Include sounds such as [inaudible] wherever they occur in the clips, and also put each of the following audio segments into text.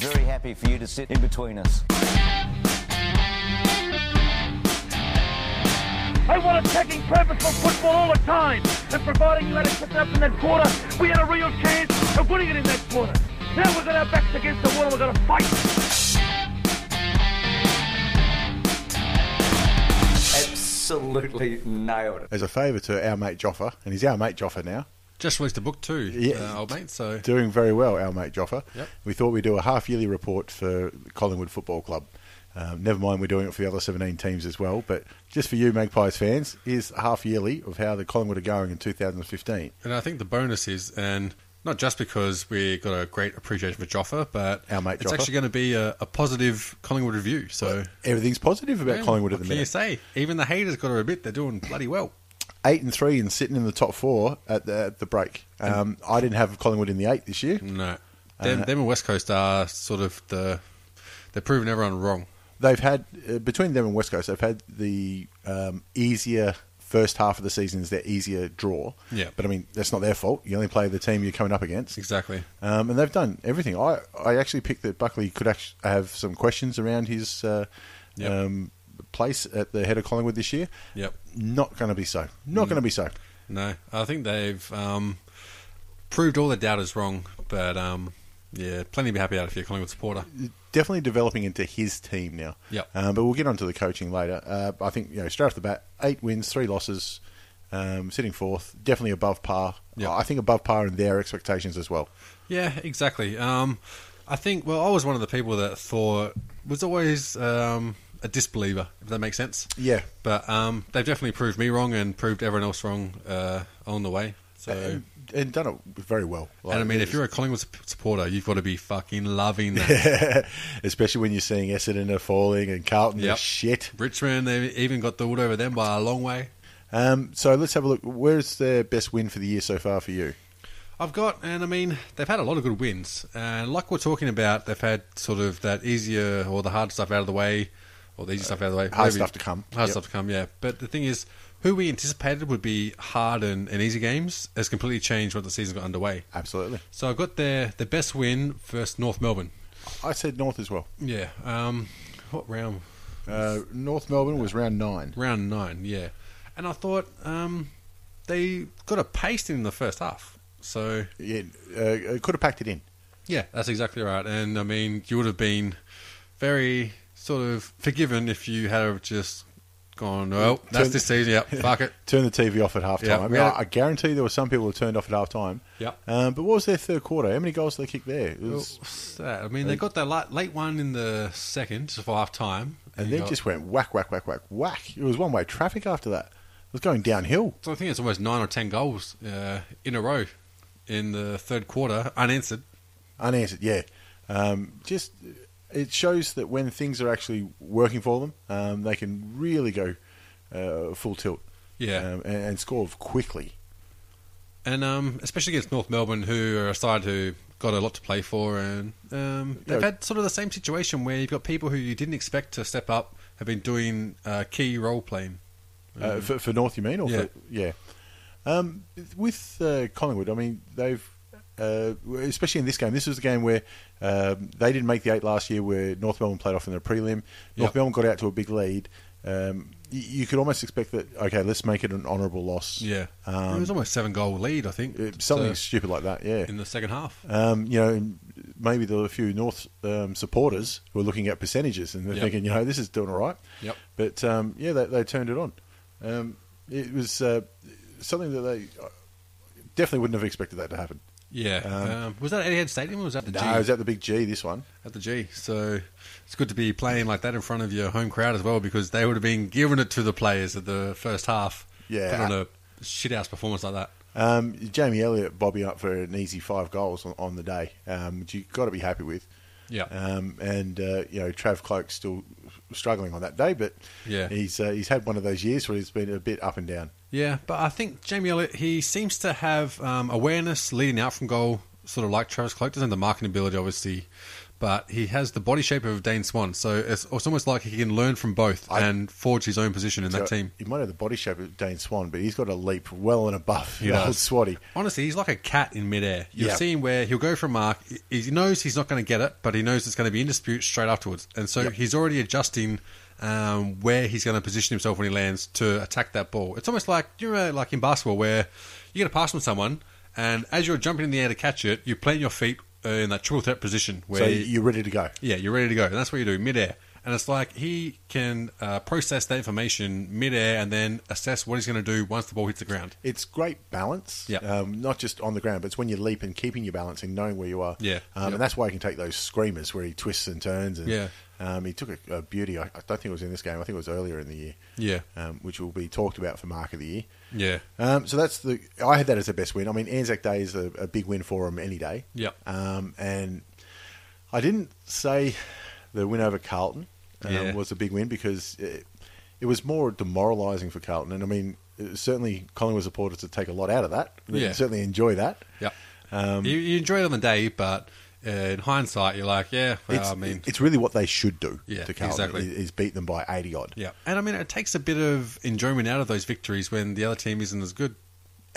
Very happy for you to sit in between us. I want attacking purposeful football all the time. And providing you had it picked up in that quarter, we had a real chance of winning it in that quarter. Now we've got our backs against the wall, we've got to fight. Absolutely nailed it. as a favour to our mate Joffa, and he's our mate Joffa now, Just released a book too, Yeah. uh, old mate. So doing very well, our mate Joffa. Yep. We thought we'd do a half yearly report for Collingwood Football Club. Um, never mind, we're doing it for the other 17 teams as well, but just for you Magpies fans, here's half yearly of how the Collingwood are going in 2015. And I think the bonus is, and not just because we got a great appreciation for Joffa, but Our mate it's Joffa. actually going to be a, a positive Collingwood review. So Everything's positive about Yeah, Collingwood at what the can you minute. say? Even the haters got to admit they're doing bloody well. Eight and three and sitting in the top four at the, at the break. Um, I didn't have Collingwood in the eight this year. No, Uh, them, them and West Coast are sort of the they're proving everyone wrong. they've had uh, between them and West Coast, they've had the um, easier first half of the season is their easier draw. Yeah. but I mean that's not their fault. You only play the team you're coming up against. Exactly. Um, and they've done everything. I, I actually picked that Buckley could act- have some questions around his uh, Yep. um, place at the head of Collingwood this year. Yep. Not going to be so. Mm. Not going to be so. No, I think they've um, proved all the doubters wrong. But um, yeah, plenty to be happy about if you're a Collingwood supporter. definitely developing into his team now. Yep. Um, but we'll get onto the coaching later. Uh, I think you know straight off the bat, eight wins, three losses, um, sitting fourth, definitely above par. Yep. I think above par in their expectations as well. Yeah, exactly. Um, I think. Well, I was one of the people that thought was always um, a disbeliever, if that makes sense. Yeah. But um, they've definitely proved me wrong and proved everyone else wrong uh, on the way. So. And, and done it very well. Like, and I mean, if you're a Collingwood sup- supporter, you've got to be fucking [laughs] loving that. especially when you're seeing Essendon are falling and Carlton are Yep. shit. Richmond, they even got the wood over them by a long way. Um, so let's have a look. Where's their best win for the year so far for you? I've got, and I mean, they've had a lot of good wins. And like we're talking about, they've had sort of that easier or the hard stuff out of the way, or the easy stuff out of the way. Uh, hard whatever you- stuff to come. Hard Yep. stuff to come, yeah. But the thing is, who we anticipated would be hard and, and easy games has completely changed when the season got underway. Absolutely. So I've got their, their best win versus North Melbourne. I said North as well. Yeah. Um, what round? Uh, North Melbourne was round nine. Round nine, yeah. And I thought um, they got a pasting in the first half. So Yeah, uh, could have packed it in. Yeah, that's exactly right. And I mean, you would have been very sort of forgiven if you had have just gone, well, that's [laughs] this season. Yep, fuck it. Turn the TV off at half time. Yeah, I, mean, we had I, a- I guarantee there were some people who turned off at half time. Yeah. Oh. Um, but what was their third quarter? How many goals did they kick there? It was, What's that? I mean, they got that late, late one in the second for half time. and they just went whack, whack, whack, whack, whack. It was one way traffic after that. It was going downhill. So I think it's almost nine or ten goals uh, in a row in the third quarter, unanswered. Unanswered, yeah. Um, just it shows that when things are actually working for them, um, they can really go uh, full tilt. Yeah. Um, and, and score quickly. And um, especially against North Melbourne, who are a side who got a lot to play for, and um, they've Yeah. had sort of the same situation where you've got people who you didn't expect to step up have been doing uh, key role playing. Uh, for, for North, you mean? Or Mm-hmm. Yeah. For, yeah. Um, with uh, Collingwood, I mean, they've, uh, especially in this game, this was the game where um, they didn't make the eight last year where North Melbourne played off in their prelim. North Yep. Melbourne got out to a big lead. Um, y- you could almost expect that, okay, let's make it an honourable loss. Yeah, it Um, was almost seven goal lead, I think. uh, something uh, stupid like that, yeah. in the second half. Um, you know, and maybe there were a few North um, supporters who were looking at percentages and they're Yep. thinking, you know, this is doing all right. Yep. But um, yeah, they, they turned it on. Um, it was uh, something that they uh, definitely wouldn't have expected that to happen. Yeah, um, um, was that Etihad Stadium or was that the No, G? it was at the big G this one. at the G. So it's good to be playing like that in front of your home crowd as well, because they would have been giving it to the players at the first half. Yeah. put on a shithouse performance like that. Um, Jamie Elliott, Bobby up for an easy five goals on, on the day, um, which you've got to be happy with. Yeah. Um, and uh, you know Trav Cloak's still struggling on that day, but Yeah. he's uh, he's had one of those years where he's been a bit up and down. Yeah, but I think Jamie Elliott, he seems to have um, awareness leading out from goal, sort of like Travis Cloak. Doesn't have the marking ability, obviously, but he has the body shape of Dane Swan. So it's, it's almost like he can learn from both I- and forge his own position in that So team. He might have the body shape of Dane Swan, but he's got a leap well and above He the old does. Swatty. Honestly, he's like a cat in midair. You've Yeah. seen where he'll go for a mark. He he knows he's not going to get it, but he knows it's going to be in dispute straight afterwards. And so he's already adjusting um, where he's going to position himself when he lands to attack that ball. It's almost like, do you remember, like in basketball, where you get a pass from someone, and as you're jumping in the air to catch it, you plant your feet uh, in that triple threat position where So you're ready to go. yeah, you're ready to go. And that's what you do midair. And it's like he can uh, process that information midair and then assess what he's going to do once the ball hits the ground. It's great balance, Yeah. um, not just on the ground, but it's when you leap and keeping your balance and knowing where you are. Yeah. Um, Yeah. And that's why he can take those screamers where he twists and turns. And, Yeah. Um, he took a, a beauty. I, I don't think it was in this game. I think it was earlier in the year. Yeah. Um, which will be talked about for Mark of the Year. Yeah. Um, so that's the. I had that as a best win. I mean, Anzac Day is a, a big win for him any day. Yep. Um, and I didn't say the win over Carlton um, Yeah. was a big win because it, it was more demoralising for Carlton. And I mean, it- certainly Collingwood supporters to take a lot out of that. They Yeah. certainly enjoy that. Yeah. Um, you, you enjoy it on the day, but uh, in hindsight, you're like, yeah, well, It's, I mean, it's really what they should do Yeah, to Carlton exactly. is- is beat them by 80 odd. yeah. And I mean, it takes a bit of enjoyment out of those victories when the other team isn't as good.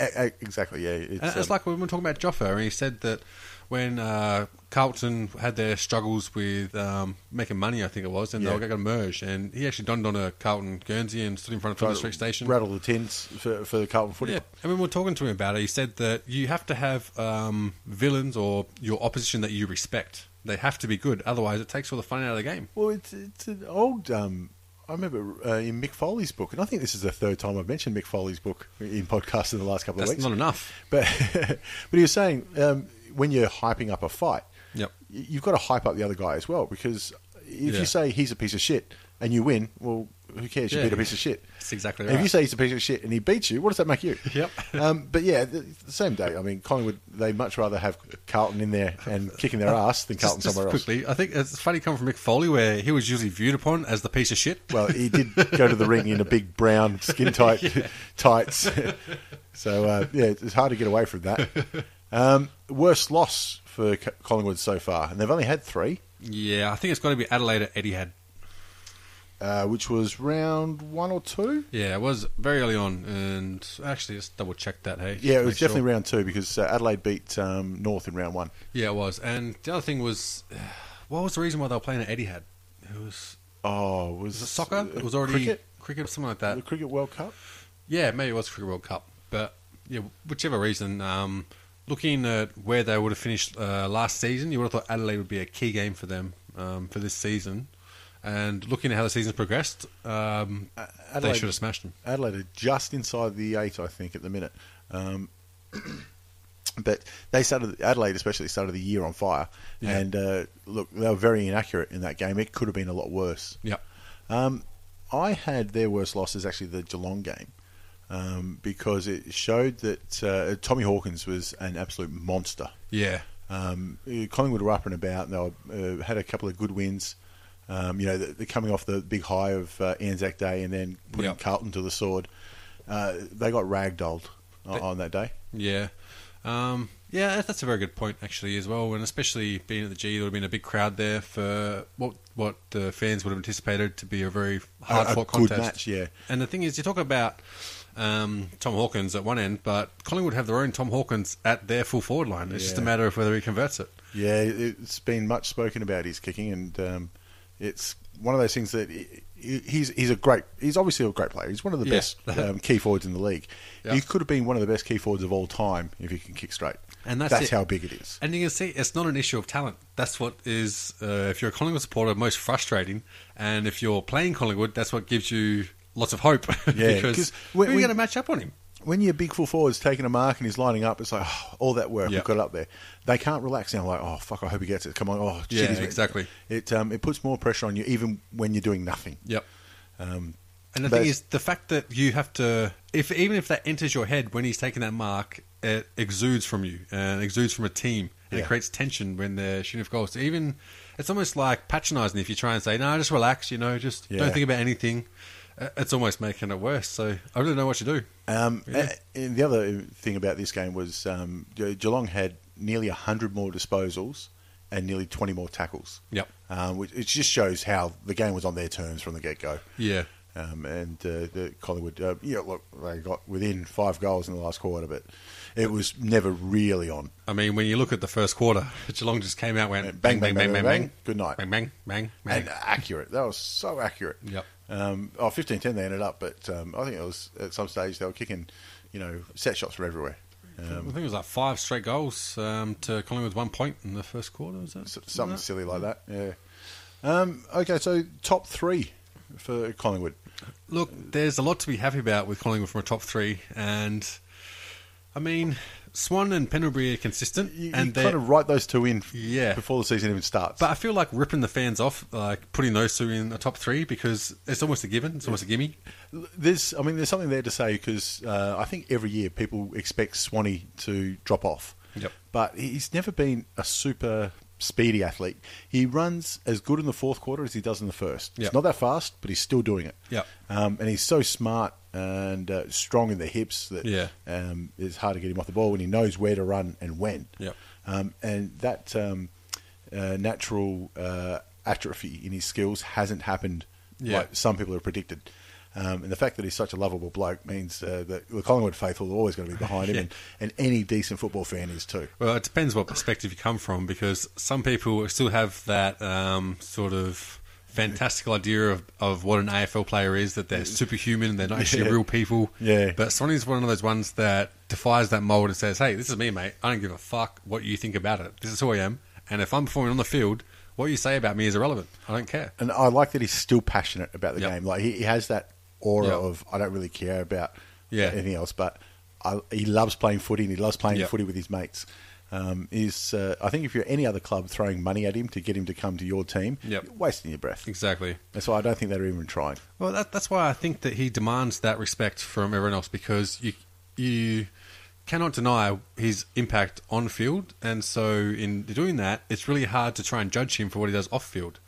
E- e- exactly, yeah. It's, And um, it's like when we were talking about Joffa, and he said that when uh, Carlton had their struggles with um, making money, I think it was, and Yeah. they were going to merge, and he actually donned on a Carlton Guernsey and stood in front of Flinders Street Station. rattle the tins for, for the Carlton footy. Yeah, and when we were talking to him about it, he said that you have to have um, villains or your opposition that you respect. They have to be good, otherwise it takes all the fun out of the game. Well, it's it's an old. Um, I remember uh, in Mick Foley's book, and I think this is the third time I've mentioned Mick Foley's book in podcasts in the last couple of That's weeks. not enough. But [laughs] but he was saying um, when you're hyping up a fight, Yep. y- you've got to hype up the other guy as well because if Yeah. you say he's a piece of shit and you win, well, who cares? You Yeah. beat a piece of shit. That's exactly And If right. you say he's a piece of shit and he beats you, what does that make you? [laughs] Yep. um, but yeah, the, the same day. I mean, Collingwood they much rather have Carlton in there and kicking [laughs] their ass than Carlton just, somewhere just else. quickly, I think it's funny coming from Mick Foley, where he was usually viewed upon as the piece of shit. Well, he did go to the ring in a big brown skin [laughs] tight tights. so uh, yeah, it's hard to get away from that. Um, worst loss for C- Collingwood so far, and they've only had three, yeah, I think it's got to be Adelaide at Etihad. uh, which was round one or two. Yeah, it was very early on, and actually, just double check that. Hey, Yeah, it Make was definitely sure. round two because uh, Adelaide beat um, North in round one. Yeah, it was. And the other thing was, [sighs] what was the reason why they were playing at Etihad? It was, Oh, was, was it soccer? It was already cricket. cricket, something like that. The cricket World Cup. Yeah, maybe it was Cricket World Cup, but yeah, whichever reason, um, looking at where they would have finished uh, last season, you would have thought Adelaide would be a key game for them um, for this season. And looking at how the season's progressed, um, they Adelaide- should have smashed them. Adelaide are just inside the eight, I think, at the minute. Um, [clears throat] but they started Adelaide, especially started the year on fire, Yeah. and uh, look, they were very inaccurate in that game. It could have been a lot worse. Yep. Um, I had their worst losses actually the Geelong game um, because it showed that uh, Tommy Hawkins was an absolute monster. Yeah. Um, Collingwood were up and about, and they were, uh, had a couple of good wins. Um, you know, they're they're coming off the big high of uh, Anzac Day, and then putting Yep. Carlton to the sword. Uh, they got ragdolled o- They- on that day. Yeah. Um, yeah, that- that's a very good point actually as well, and especially being at the G, there would have been a big crowd there for what what the fans would have anticipated to be a very hard a fought good contest. match, yeah. And the thing is, you talk about um, Tom Hawkins at one end, but Collingwood have their own Tom Hawkins at their full forward line. It's just a Yeah. matter of whether he converts it. Yeah, it's been much spoken about his kicking, and um, it's one of those things that he- he's he's a great. He's obviously a great player. He's one of the Yeah. [laughs] best um, key forwards in the league. Yeah. He could have been one of the best key forwards of all time if he can kick straight. And that's it. how big it is. And you can see it's not an issue of talent. That's what is, uh, if you're a Collingwood supporter, most frustrating. And if you're playing Collingwood, that's what gives you lots of hope. [laughs] Yeah, because 'cause we're when- going to when- match up on him. when your big full forward's taking a mark and he's lining up, it's like oh, all that work Yeah. we've got up there. They can't relax now. Like oh fuck, I hope he gets it. Come on, oh shit, Yeah, he's- exactly. It um, it puts more pressure on you even when you're doing nothing. Yep. Um, And the But thing it's- is, the fact that you have to, if even if that enters your head when he's taking that mark, it exudes from you and exudes from a team, and Yeah. it creates tension when they're shooting for goals. Even it's almost like patronising if you try and say, "No, just relax," you know, just Yeah. don't think about anything. Uh, It's almost making it worse. So I really don't know what to do. Um, a- and the other thing about this game was um, Ge- Geelong had nearly 100 more disposals and nearly 20 more tackles. Yep. Um, which it just shows how the game was on their terms from the get go. Yeah. Um, and uh, the Collingwood, uh, yeah, look, they got within five goals in the last quarter, but it was never really on. I mean, when you look at the first quarter, [laughs] Geelong just came out, went Bang, bang, bang, bang, bang. Good night. bang, bang, bang, bang. And uh, accurate. That was so accurate. Yep. Um, oh, 15 10 they ended up, but um, I think it was at some stage they were kicking, you know, set shots from everywhere. Um, I think it was like five straight goals um, to Collingwood's one point in the first quarter. Was that S- something silly like that. Yeah. Um, okay, so top three for Collingwood. Look, there's a lot to be happy about with Collingwood from a top three, and I mean, Swan and Pendlebury are consistent, You, and you they're. kind of write those two in f- Yeah. before the season even starts. but I feel like ripping the fans off, like putting those two in the top three, because it's almost a given, it's almost a gimme. there's, I mean, there's something there to say because uh, I think every year people expect Swanee to drop off. Yep. But he's never been a super speedy athlete. He runs as good in the fourth quarter as he does in the first. It's Yep. not that fast, but he's still doing it. Yep. Um, and he's so smart and uh, strong in the hips that Yeah. um, it's hard to get him off the ball when he knows where to run and when. Yep. Um, and that um, uh, natural uh, atrophy in his skills hasn't happened Yeah. like some people have predicted. Um, and the fact that he's such a lovable bloke means uh, that the Collingwood faithful are always going to be behind him, [laughs] Yeah. and, and any decent football fan is too. Well, it depends what perspective you come from, because some people still have that um, sort of fantastical idea of, of what an AFL player is, that they're superhuman and they're not [laughs] actually Yeah. real people. Yeah. But Sonny's one of those ones that defies that mold and says, hey, this is me, mate. I don't give a fuck what you think about it. This is who I am. And if I'm performing on the field, what you say about me is irrelevant. I don't care. And I like that he's still passionate about the Yep. game. Like he, he has that aura Yep. of I don't really care about Yeah. anything else, but I, he loves playing footy and he loves playing Yep. footy with his mates. Um, is uh, I think if you're any other club throwing money at him to get him to come to your team, Yep. you're wasting your breath. Exactly. That's why I don't think they're even trying. Well, that, that's why I think that he demands that respect from everyone else because you you cannot deny his impact on field, and so in doing that, it's really hard to try and judge him for what he does off field.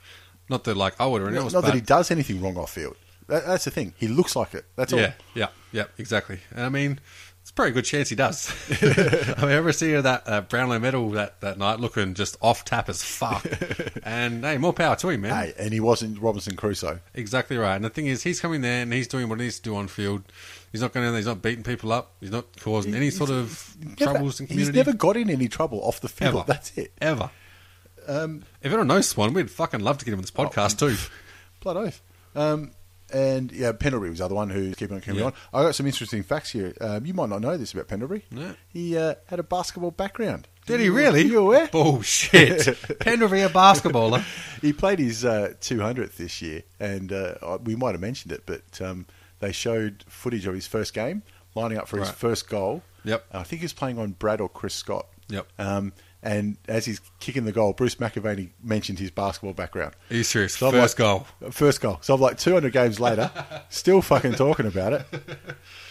Not that like I would or Not, anyone else, not but that he does anything wrong off field. That, that's the thing. He looks like it. That's all. yeah, yeah, yeah, exactly. And I mean, it's a pretty good chance he does. [laughs] I mean, ever see that uh, Brownlow medal that, that night looking just off tap [laughs] as fuck, and hey, more power to him, man. Hey, and he wasn't Robinson Crusoe. Exactly right. And the thing is, he's coming there and he's doing what he needs to do on field. He's not going in there. He's not beating people up. He's not causing any sort of Never- troubles in he's community. never got in any trouble off the field. ever. That's it. Ever. Um, if anyone knows Swan, we'd fucking love to get him Oh, on this [laughs] podcast too. Blood oath. Um, and yeah, Pendlebury was the other one who's keeping on keeping Yeah. on. I got some interesting facts here. Um, you might not know this about Pendlebury. No. He uh, had a basketball background. Did he really? You aware? Bullshit. [laughs] Pendlebury a basketballer. He played his uh, 200th this year, and uh, I- we might have mentioned it, but um, they showed footage of his first game, lining up for his Right. first goal. Yep. I think he was playing on Brad or Chris Scott. Yep. Um, and as he's kicking the goal, Bruce McAvaney mentioned his basketball background. Are you serious? I'm First like- goal. First goal. So I'm like 200 games [laughs] later, still fucking talking about it.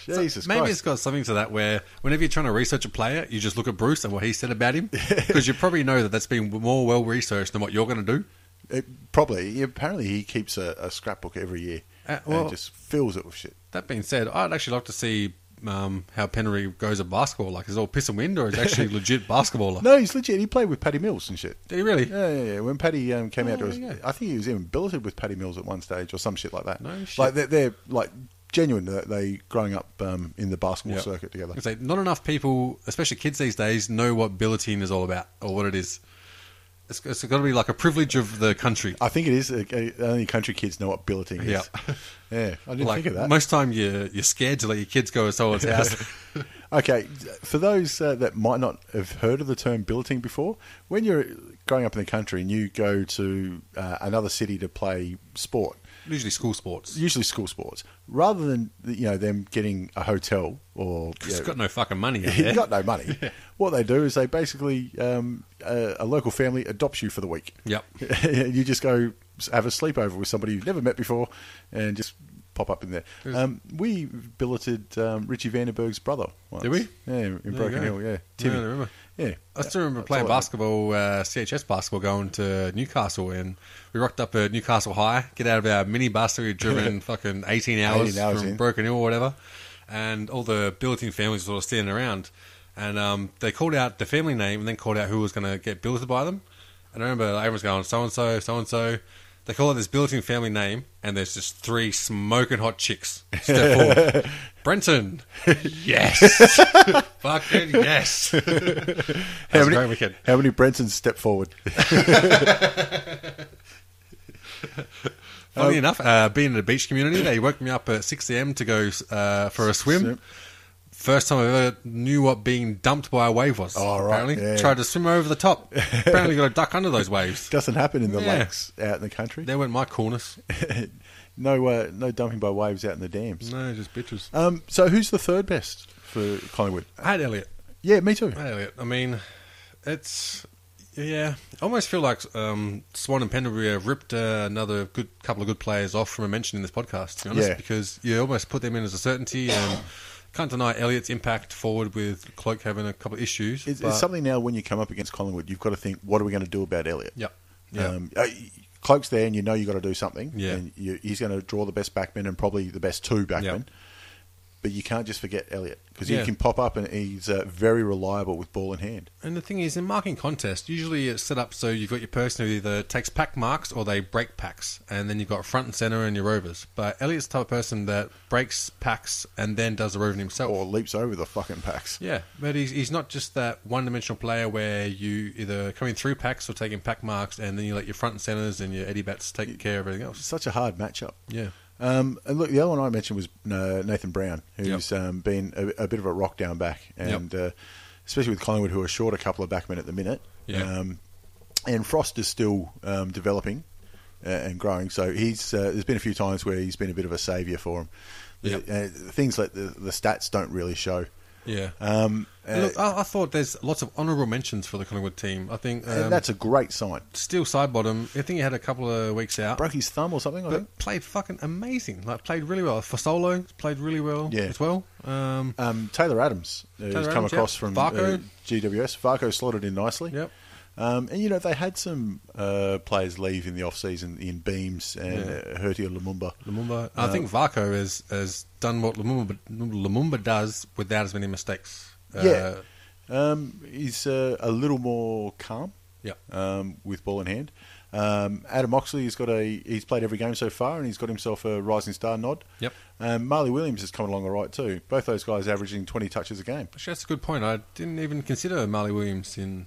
Jesus Maybe Christ. it's got something to that where whenever you're trying to research a player, you just look at Bruce and what he said about [laughs] him because you probably know that that's been more well researched than what you're going to do. It- probably. Apparently, he keeps a, a scrapbook every year Uh, well- and just fills it with shit. That being said, I'd actually like to see um, how Penry goes at basketball. Like, is it all piss and wind, or is [laughs] he actually a legit basketballer? No, he's legit. He played with Paddy Mills and shit. Did he really? Yeah, yeah, yeah. When Paddy um, came out to Oh, there us, you go. I think he was even billeted with Paddy Mills at one stage or some shit like that. No shit. Like they're, they're like genuine. They, they growing up um, in the basketball Yeah. circuit together. I'd say not enough people, especially kids these days, know what billeting is all about or what it is. It's, it's got to be like a privilege of the country. I think it is. uh, uh, Only country kids know what billeting is. Yeah. [laughs] yeah. I didn't Like think of that. most time, you're you're scared to let your kids go [laughs] to someone's house. Okay, for those uh, that might not have heard of the term billeting before, when you're growing up in the country and you go to uh, another city to play sport, Usually school sports. usually school sports, rather than you know them getting a hotel or you It's know, got no fucking money. [laughs] Out you've there. got no [laughs] money, what they do is they basically um, a, a local family adopts you for the week. [laughs] Yep. you just go have a sleepover with somebody you've never met before, and just pop up in there. Um, we billeted um, Richie Vandenberg's brother. Once. Did we? Yeah, in you Broken go. Hill. Yeah, Yeah, Timmy. I remember. Yeah, I still remember That's playing all I- basketball, uh, CHS basketball, going to Newcastle, and we rocked up at Newcastle High, get out of our mini bus that we [laughs] had driven fucking 18 hours, 18 hours from in. Broken Hill or whatever, and all the billeting families were sort of standing around, and um, they called out the family name and then called out who was going to get billeted by them, and I remember everyone's going, so-and-so, so-and-so, they call out this billeting family name, and there's just three smoking hot chicks step [laughs] forward. Brenton, yes, fucking yes. How That's a many, great weekend. How many Brentons step forward? [laughs] Funny enough, uh, being in the beach community, they woke me up at 6 a.m. to go uh, for a swim. Swim. First time I ever knew what being dumped by a wave was. Oh, right, Apparently, yeah. tried to swim over the top. apparently, got to duck under those waves. Doesn't happen in the Yeah. lakes out in the country. There went my corners. no, uh, no dumping by waves out in the dams. No, just bitches. Um, so who's the third best for Collingwood? I had Elliot. Yeah, me too. I had Elliot. I mean, it's yeah. I almost feel like um, Swan and Pendlebury have ripped uh, another good couple of good players off from a mention in this podcast. To be honest, Yeah. because you almost put them in as a certainty and. Can't deny Elliot's impact forward with Cloak having a couple of issues. It's, but- it's something now when you come up against Collingwood, you've got to think, what are we going to do about Elliot? Yep. Yeah. Um, uh, Cloak's there, and you know you've got to do something. Yeah. And you, he's going to draw the best backman and probably the best two backmen. Yep. But you can't just forget Elliot because Yeah. he can pop up and he's uh, very reliable with ball in hand. And the thing is, in marking contests, usually it's set up so you've got your person who either takes pack marks or they break packs, and then you've got front and center and your rovers. But Elliot's the type of person that breaks packs and then does the roving himself. Or leaps over the fucking packs. yeah, but he's, he's not just that one dimensional player where you either coming through packs or taking pack marks, and then you let your front and centers and your Eddie Bats take care of everything else. Such a hard matchup. Yeah. Um, and look, the other one I mentioned was uh, Nathan Brown, who's um, been a, a bit of a rock down back, and uh, especially with Collingwood, who are short a couple of backmen at the minute. Yeah. Um, and Frost is still um, developing uh, and growing, so he's uh, there's been a few times where he's been a bit of a saviour for him. Yeah. Uh, things like the, the stats don't really show. Yeah. Um, And uh, Look, I, I thought there's lots of honourable mentions for the Collingwood team. I think and um, Uh, that's a great sign. still side bottom. I think he had a couple of weeks out. Broke his thumb or something, I think. but played fucking amazing. Like played really well for solo. Played really well Yeah. as well. Um, Um, Taylor Adams, who's Taylor come Adams, across yeah. from Varco. Uh, GWS. Varco slotted in nicely. Yep. Um, and you know they had some uh, players leave in the off season in Beams and uh, Hertia Lumumba. Lumumba. Uh, I think Varco has has done what Lumumba Lumumba does without as many mistakes. Uh, Yeah. Um, he's uh, a little more calm. Yeah. Um, with ball in hand, um, Adam Oxley has got a he's played every game so far and he's got himself a rising star nod. Yep. Um, Marley Williams has come along all right too. Both those guys averaging twenty touches a game. Actually, that's a good point. I didn't even consider Marley Williams in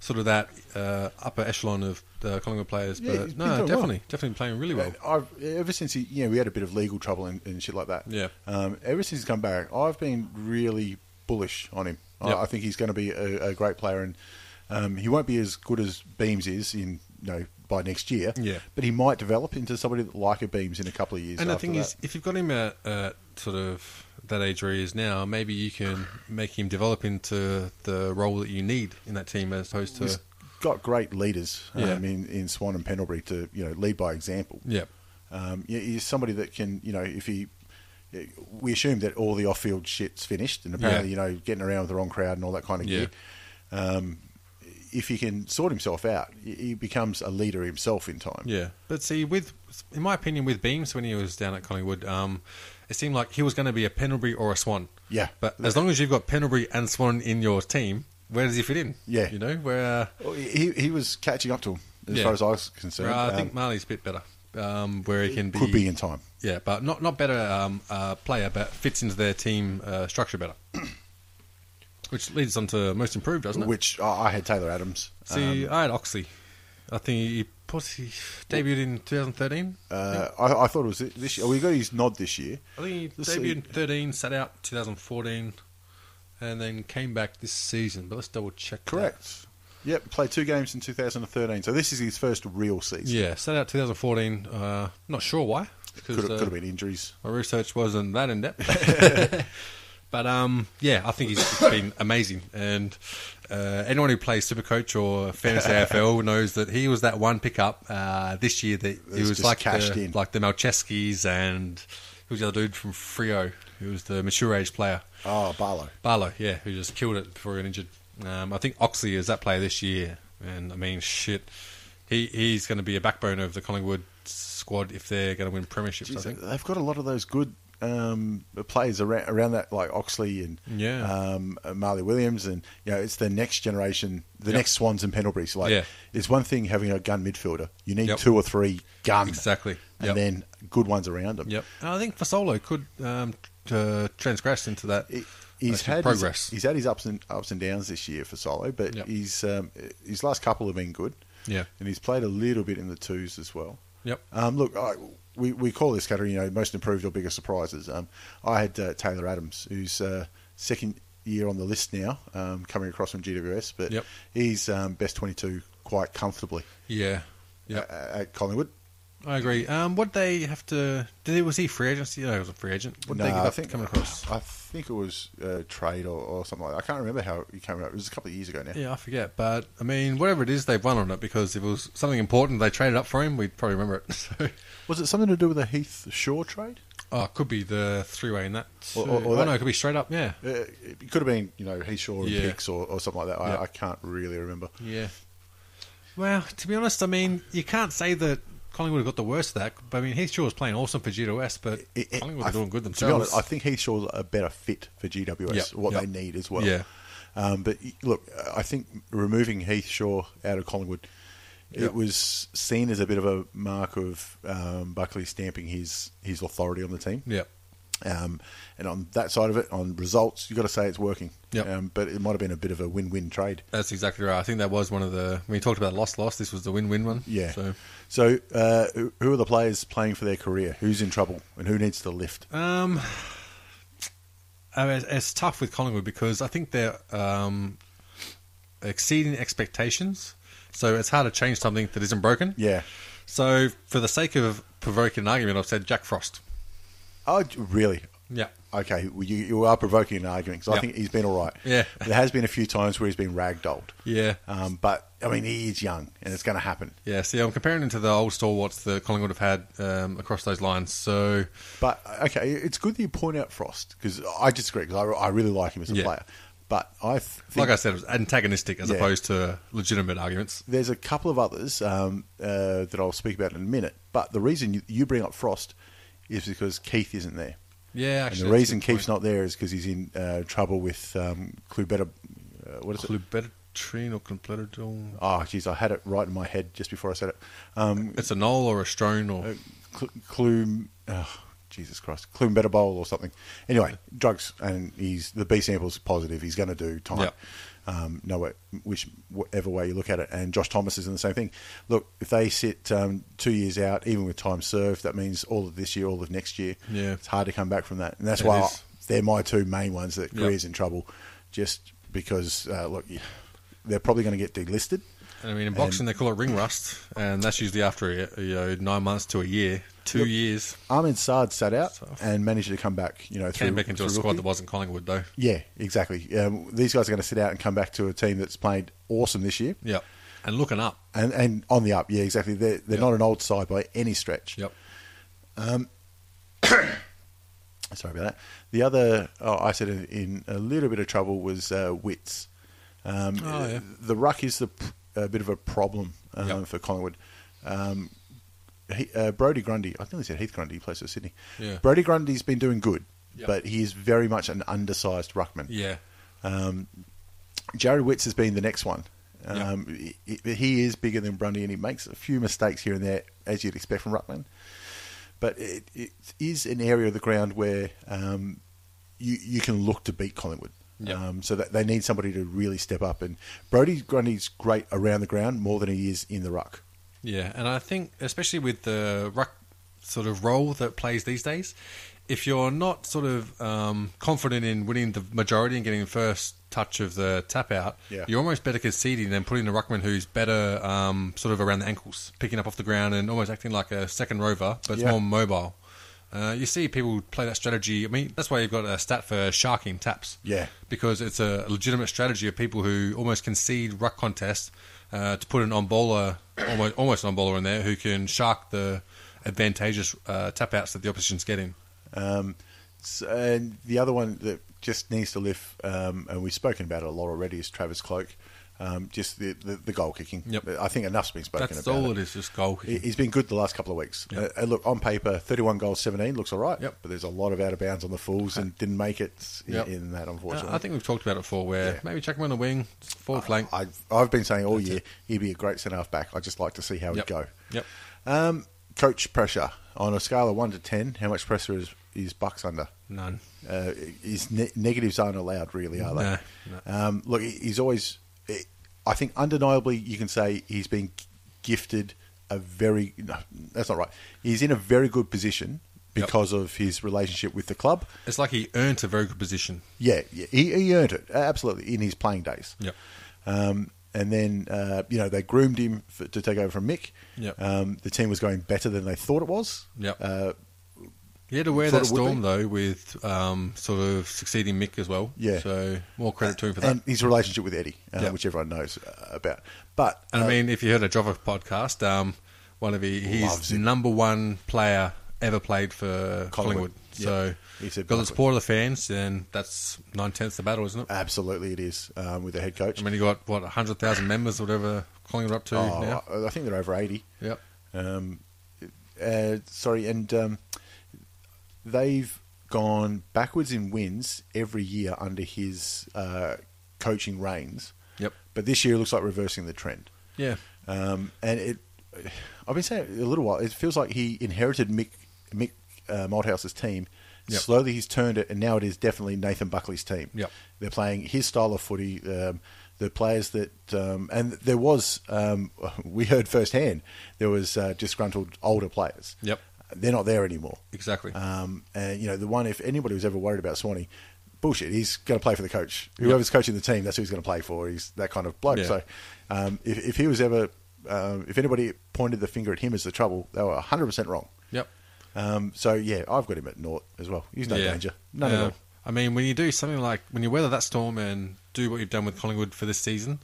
sort of that uh, upper echelon of the Collingwood players. Yeah, he's but been no, doing definitely, well. definitely playing really well. I've, ever since he, you know, we had a bit of legal trouble and, and shit like that. Yeah. Um, ever since he's come back, I've been really bullish on him. Yep. I, I think he's going to be a, a great player, and um, he won't be as good as Beams is in, you know, by next year. Yeah. But he might develop into somebody that like a Beams in a couple of years. And the after thing that. is, if you've got him at, at sort of that age where he is now, maybe you can make him develop into the role that you need in that team as opposed to. he's got great leaders. Yeah. Um, in, in Swan and Pendlebury to you know lead by example. Yeah. Um, yeah, he's somebody that can, you know, if he, we assume that all the off-field shit's finished, and apparently, you know, getting around with the wrong crowd and all that kind of Yeah. gear. Um, if he can sort himself out, he- he becomes a leader himself in time. Yeah, but see, with in my opinion, with Beams when he was down at Collingwood, um, it seemed like he was going to be a Pendlebury or a Swan. Yeah. but as long as you've got Pendlebury and Swan in your team, where does he fit in? Yeah. you know, where, uh, Well, He he was catching up to him as Yeah. far as I was concerned. where I think Um, Marley's a bit better, um, where he can be, could be in time. yeah, but not not better um, uh, player, but fits into their team uh, structure [clears throat] better, which leads on to most improved, doesn't it? Which I I had Taylor Adams. see, um, I had Oxley. I think he, puts- he debuted in 2013. Uh, I, I thought it was thi- this year. Well, he got his nod this year. I think he Let's see. debuted in 13, sat out 2014, and then came back this season. But let's double check. that. Correct. Uh, Yep, played two games in 2013. So this is his first real season. Yeah, sat out 2014. Uh, not sure why. Could Because have, uh, could have been injuries. my research wasn't that [laughs] in depth. [laughs] but um, yeah, I think he's been amazing. And uh, anyone who plays Supercoach [laughs] or Fantasy AFL knows that he was that one pickup uh, this year that That's he was just like cashed the, in. like the Malcheskis and was the other dude from Frio, who was the mature age player. Oh, Barlow. Barlow, yeah, who just killed it before he got injured. Um, I think Oxley is that player this year, and I mean, shit, he he's going to be a backbone of the Collingwood squad if they're going to win premierships. I Jeez, think. they've got a lot of those good um, players around, around that, like Oxley and Yeah. um, Marley Williams, and you know it's the next generation, the Yep. next Swans and Pendlebury's. Like, Yeah. it's one thing having a gun midfielder; you need Yep. two or three gun, Exactly. and Yep. then good ones around them. Yep, and I think Fasolo could um, t- uh, transgress into that. He- He's That's had progress. His, he's had his ups and ups and downs this year for Solo, but Yep. he's um, his last couple have been good. Yeah. and he's played a little bit in the twos as well. Yep. Um, look, I, we, we call this category, you know, most improved or biggest surprises. Um, I had uh, Taylor Adams, who's uh, second year on the list now, um, coming across from GWS, but Yep. he's um, best 22 quite comfortably a- yeah, yeah, a- at Collingwood. I agree. Um, what they have to? Did he, was he free agency? No, he was a free agent. What did they Nah, give I up think to come across? I think it was uh, trade or, or something like that. I can't remember how he came out. It was a couple of years ago now. Yeah, I forget, but I mean, whatever it is, they've won on it because if it was something important, they traded up for him. We'd probably remember it. [laughs] So, Was it something to do with the Heath Shaw trade? oh, it could be the three-way in that. Or- or- too. or oh that- no, it could be straight up. Yeah, Uh, it could have been, you know, Heath Shaw and Yeah. Picks or, or something like that. I, Yeah. I can't really remember. yeah. Well, to be honest, I mean, you can't say that Collingwood have got the worst of that. But I mean, Heath Shaw was playing awesome for GWS, but It- it- Collingwood are I- doing good To be themselves. honest, I think Heath Shaw's a better fit for GWS, Yep, what yep. they need as well. Yeah. Um, but y- look, I think removing Heath Shaw out of Collingwood, Yep. it was seen as a bit of a mark of um, Buckley stamping his, his authority on the team. yeah, Um, and on that side of it, on results, you've got to say it's working. Yep. Um, but it might have been a bit of a win win trade. that's exactly right. I think that was one of the when we talked about loss loss. This was the win win one. Yeah. So. So, uh, who- who are the players playing for their career? Who's in trouble and who needs to lift? Um, I mean, it's, it's tough with Collingwood because I think they're um, exceeding expectations. So it's hard to change something that isn't broken. yeah. So for the sake of provoking an argument, I've said Jack Frost. Oh, d- really? Yeah. Okay, well, you, you are provoking an argument because Yeah. I think he's been all right. Yeah. There has been a few times where he's been ragdolled. Yeah. Um, but, I mean, he is young and it's going to happen. Yeah. See, I'm comparing him to the old stalwarts that Collingwood have had um, across those lines. So But, okay, it's good that you point out Frost because I disagree because I, I really like him as a Yeah. player. But I th- think. like I said, it was antagonistic as Yeah. opposed to legitimate arguments. there's a couple of others um, uh, that I'll speak about in a minute. But the reason you, you bring up Frost is because Keith isn't there. Yeah. Actually, and the that's a reason good Keith's point. not there is because he's in uh, trouble with um, Clubetta. Uh, what is it? Clubetrine or Clubetridone? Oh, jeez, I had it right in my head just before I said it. Um, It's a knoll or a strone or Cl- Clum. Oh, Jesus Christ. Clumbetta Bowl or something. Anyway, drugs. And he's the B sample's positive. He's going to do time. Yep. Um, no, way- which whatever way you look at it, and Josh Thomas is in the same thing. Look, if they sit um, two years out, even with time served, that means all of this year, all of next year. Yeah. it's hard to come back from that, and that's It why is. they're my two main ones that Yep. careers in trouble, just because uh, look, you- they're probably going to get delisted. I mean, in boxing, they call it ring rust, and that's usually after you know nine months to a year, two years. Ahmed Saad sat out So- and managed to come back. You know, Came through- back into a through squad rookie. that wasn't Collingwood, though. Yeah, exactly. Um, these guys are going to sit out and come back to a team that's played awesome this year Yep. And looking up. and, and on the up. Yeah, exactly. They're, they're Yep. not an old side by any stretch. Yep. Sorry about that. The other, oh, I said in, in a little bit of trouble was uh, Wits. Um, Oh, yeah. The ruck is the, p- a bit of a problem um, Yep. for Collingwood. Um, he, uh, Brody Grundy, I think they said Heath Grundy, he plays for Sydney. Yeah. Brody Grundy's been doing good, Yep. but he is very much an undersized ruckman. Yeah. Jared Witz has been the next one. Yeah. Um, he- he, he is bigger than Brundy, and he makes a few mistakes here and there, as you'd expect from Ruckman. But it, it is an area of the ground where um, you you can look to beat Collingwood. Yeah. Um, so that they need somebody to really step up. And Brody Grundy's great around the ground more than he is in the ruck. Yeah. And I think, especially with the ruck sort of role that plays these days, if you're not sort of um, confident in winning the majority and getting the first touch of the tap out, Yeah. you're almost better conceding than putting the ruckman who's better um, sort of around the ankles, picking up off the ground and almost acting like a second rover, but it's Yeah. more mobile. Uh, you see people play that strategy. I mean, that's why you've got a stat for sharking taps. Yeah. Because it's a legitimate strategy of people who almost concede ruck contests uh, to put an on bowler, almost, almost an on bowler in there, who can shark the advantageous uh, tap outs that the opposition's getting. Um, s and the other one that just needs to live, um, and we've spoken about it a lot already, is Travis Cloak. Um, just the, the, the goal kicking. Yep. I think enough's been spoken That's about. all it is, just goal kicking. He- He's been good the last couple of weeks. Yep. Uh, uh, look, on paper, 31 goals, 17 looks all right. Yep. But there's a lot of out of bounds on the Fools and didn't make it in, Yep. in that, Uh, unfortunately. I think we've talked about it before. Where maybe chuck him on the wing, Uh, forward flank. I've, I've been saying all year he'd be a great centre half back. I'd just like to see how Yep. he'd go. Yep. Um, coach pressure. On a scale of 1 to 10, how much pressure is, is Bucks under? None. Uh, his ne- negatives aren't allowed, really, are they? No, no. Um, look, he- he's always. eh, I think undeniably, you can say he's been gifted a very. No, that's not right. He's in a very good position Yep. because of his relationship with the club. It's like he earned a very good position. Yeah, yeah he, he earned it uh, absolutely in his playing days. Yep. Um, and then uh, you know they groomed him for, to take over from Mick. Yep. Um, the team was going better than they thought it was. Yep. Uh, He had to wear Thought that it would storm be. though, with um, sort of succeeding Mick as well. Yeah. So more credit to him for that. and And, his relationship with Eddie, uh, Yep. which everyone knows uh, about. But uh, I mean, if you heard a Jovic podcast, um, one of the he's Loves it. number one player ever played for Collingwood. Collingwood. So Yeah. He said because it's Buckley. poor of the fans, then that's nine tenths of the battle, isn't Uh, it? absolutely, it is um, with the head coach. I mean, you got what hundred thousand members, or whatever Collingwood are up to Oh, now. I- I think they're over eighty. Yep. Um, uh, sorry, and um, they've gone backwards in wins every year under his uh, coaching reigns. Yep. But this year it looks like reversing the trend. Yeah. Um, and it, I've been saying it a little while. It feels like he inherited Mick Mick uh, Malthouse's team. Yep. Slowly he's turned it, and now it is definitely Nathan Buckley's team. Yep. They're playing his style of footy. Um, the players that, um, and there was, um, [laughs] we heard firsthand, there was uh, disgruntled older players. Yep. They're not there anymore. Exactly. Um, and you know the one. If anybody was ever worried about Swanee, bullshit. He's going to play for the coach. Whoever's coaching the team, that's who he's going to play for. He's that kind of bloke. Yeah. So um, if, if he was ever, um, if anybody pointed the finger at him as the trouble, they were hundred percent wrong. Yep. Um, so yeah, I've got him at naught as well. He's no Yeah. danger. None Yeah. at all. I mean, when you do something like when you weather that storm and do what you've done with Collingwood for this season,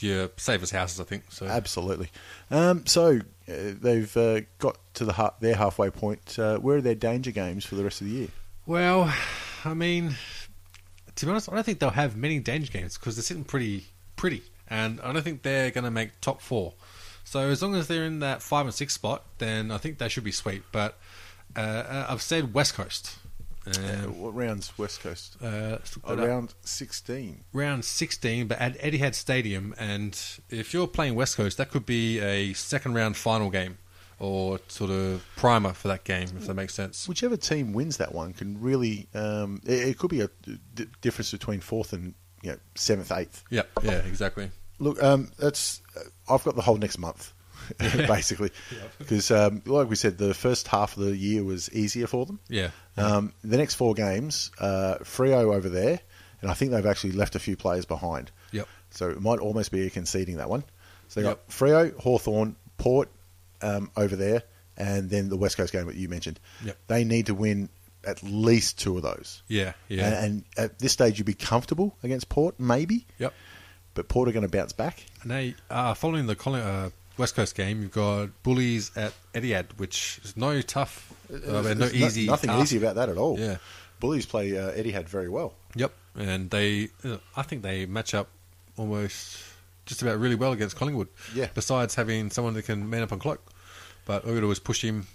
you're safe as houses, I think. So Absolutely. Um, so uh, they've uh, got to the ha- their halfway point. Uh, where are their danger games for the rest of the year? Well, I mean, to be honest, I don't think they'll have many danger games because they're sitting pretty, pretty, and I don't think they're going to make top four. So as long as they're in that five and six spot, then I think they should be sweet. But uh, uh, I've said West Coast. Um, What rounds? West Coast. uh, let's look that up. Around sixteen. round 16, but at Etihad Stadium. And if you're playing West Coast, that could be a second round final game or sort of primer for that game, if that makes sense. whichever team wins that one can really um, it, it could be a d- difference between fourth and you know, seventh eighth Yeah, yeah, exactly. look um, that's uh, i've got the whole next month [laughs] basically because um, like we said the first half of the year was easier for them Yeah. um, the next four games uh, frio over there and i think they've actually left a few players behind Yep. so it might almost be conceding that one so they Yep. got frio Hawthorn, port um, over there and then the west coast game that you mentioned Yep. they need to win at least two of those Yeah, yeah. and, and at this stage you'd be comfortable against port maybe Yep. but port are going to bounce back And they uh, following the Colli- uh, West Coast game, you've got Bullies at Etihad, which is no tough, uh, There's- no there's no- easy, nothing task. easy about that at all. Yeah. Bullies play uh, Etihad very well. Yep, and they, uh, I think they match up almost just about really well against Collingwood. Yeah. Besides having someone that can man up on clock, but all you gotta do is push him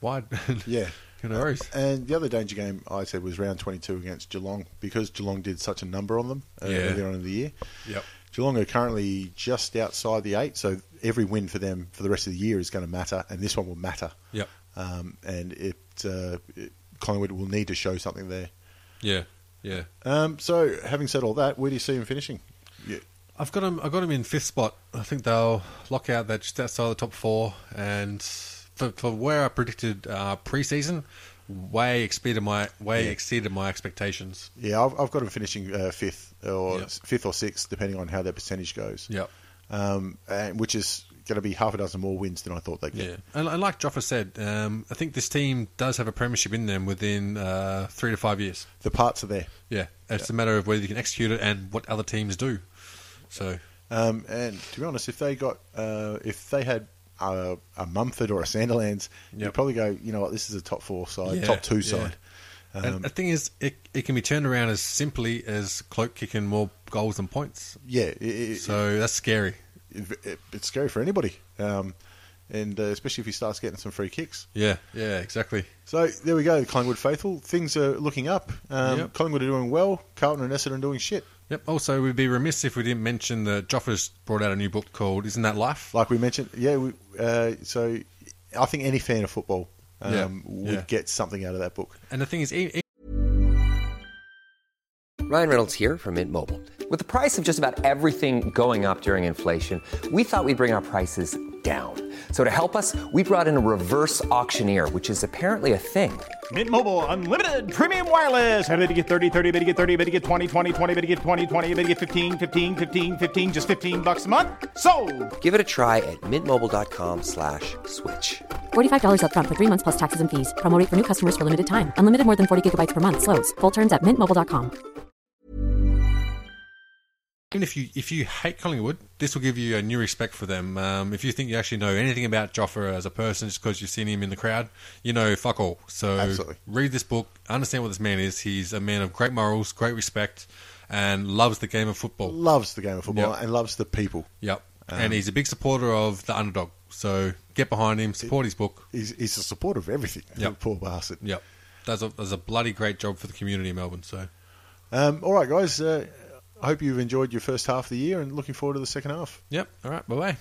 wide. [laughs] Yeah. who knows? And the other danger game I said was round 22 against Geelong because Geelong did such a number on them uh, Yeah. earlier on in the year. Yep. Geelong are currently just outside the eight, so every win for them for the rest of the year is going to matter, and this one will matter. Yep. Um, and it, uh, it Collingwood will need to show something there. Yeah, yeah. Um, so, having said all that, where do you see them finishing? Yeah. I've got him. I got him in fifth spot. I think they'll lock out that just outside the top four. And for, for where I predicted uh, preseason, way exceeded my way exceeded my expectations. Yeah, I've, I've got them finishing uh, fifth or Yep. fifth or sixth, depending on how their percentage goes. Yep. Um, and, which is going to be half a dozen more wins than I thought they'd get. Yeah, and, and like Joffa said, um, I think this team does have a premiership in them within uh, three to five years. The parts are there. Yeah, it's a matter of whether you can execute it and what other teams do. So Um, and to be honest, if they got, uh, if they had a, a Mumford or a Sanderlands, you'd Yep. probably go, you know what, this is a top four side, Yeah, top two yeah. side. and the thing is, it, it can be turned around as simply as Cloak kicking more goals than points. Yeah, it, it, So that's scary. it, it- it's scary for anybody, um, and uh, especially if he starts getting some free kicks. Yeah, yeah, exactly. So there we go, the Collingwood faithful. Things are looking up. Um, Yep. Collingwood are doing well. Carlton and Essendon are doing shit. Yep. Also, we'd be remiss if we didn't mention that Joffa's brought out a new book called "Isn't That Life?" Like we mentioned, yeah. We, uh, so I think any fan of football um, Yeah, would yeah. get something out of that book. And the thing is, e- e- Ryan Reynolds here from Mint Mobile. With the price of just about everything going up during inflation, we thought we'd bring our prices down. So to help us, we brought in a reverse auctioneer, which is apparently a thing. Mint Mobile unlimited premium wireless. Ready to get 30, 30, bet you get 30, bet you get 20, 20, 20, bet you get 20, 20, bet you get 15, 15, 15, 15, just 15 bucks a month. So, Give it a try at mintmobile.com slash switch. $45 upfront for three months plus taxes and fees. Promo rate for new customers for limited time. Unlimited more than 40 gigabytes per month. Slows. Full terms at mintmobile.com. even if you if you hate Collingwood, this will give you a new respect for them. Um, if you think you actually know anything about Joffa as a person, just because you've seen him in the crowd, you know fuck all. So Absolutely. read this book, understand what this man is. He's a man of great morals, great respect, and loves the game of football. Loves the game of football Yep. and loves the people. Yep. and he's a big supporter of the underdog. So get behind him, support his book. He's, he's a supporter of everything. [laughs] Yep. Paul Bassett. Yep. Does a, does a bloody great job for the community in Melbourne. So. Um, all right, guys. Uh, I hope you've enjoyed your first half of the year and looking forward to the second half. Yep. All right. Bye bye.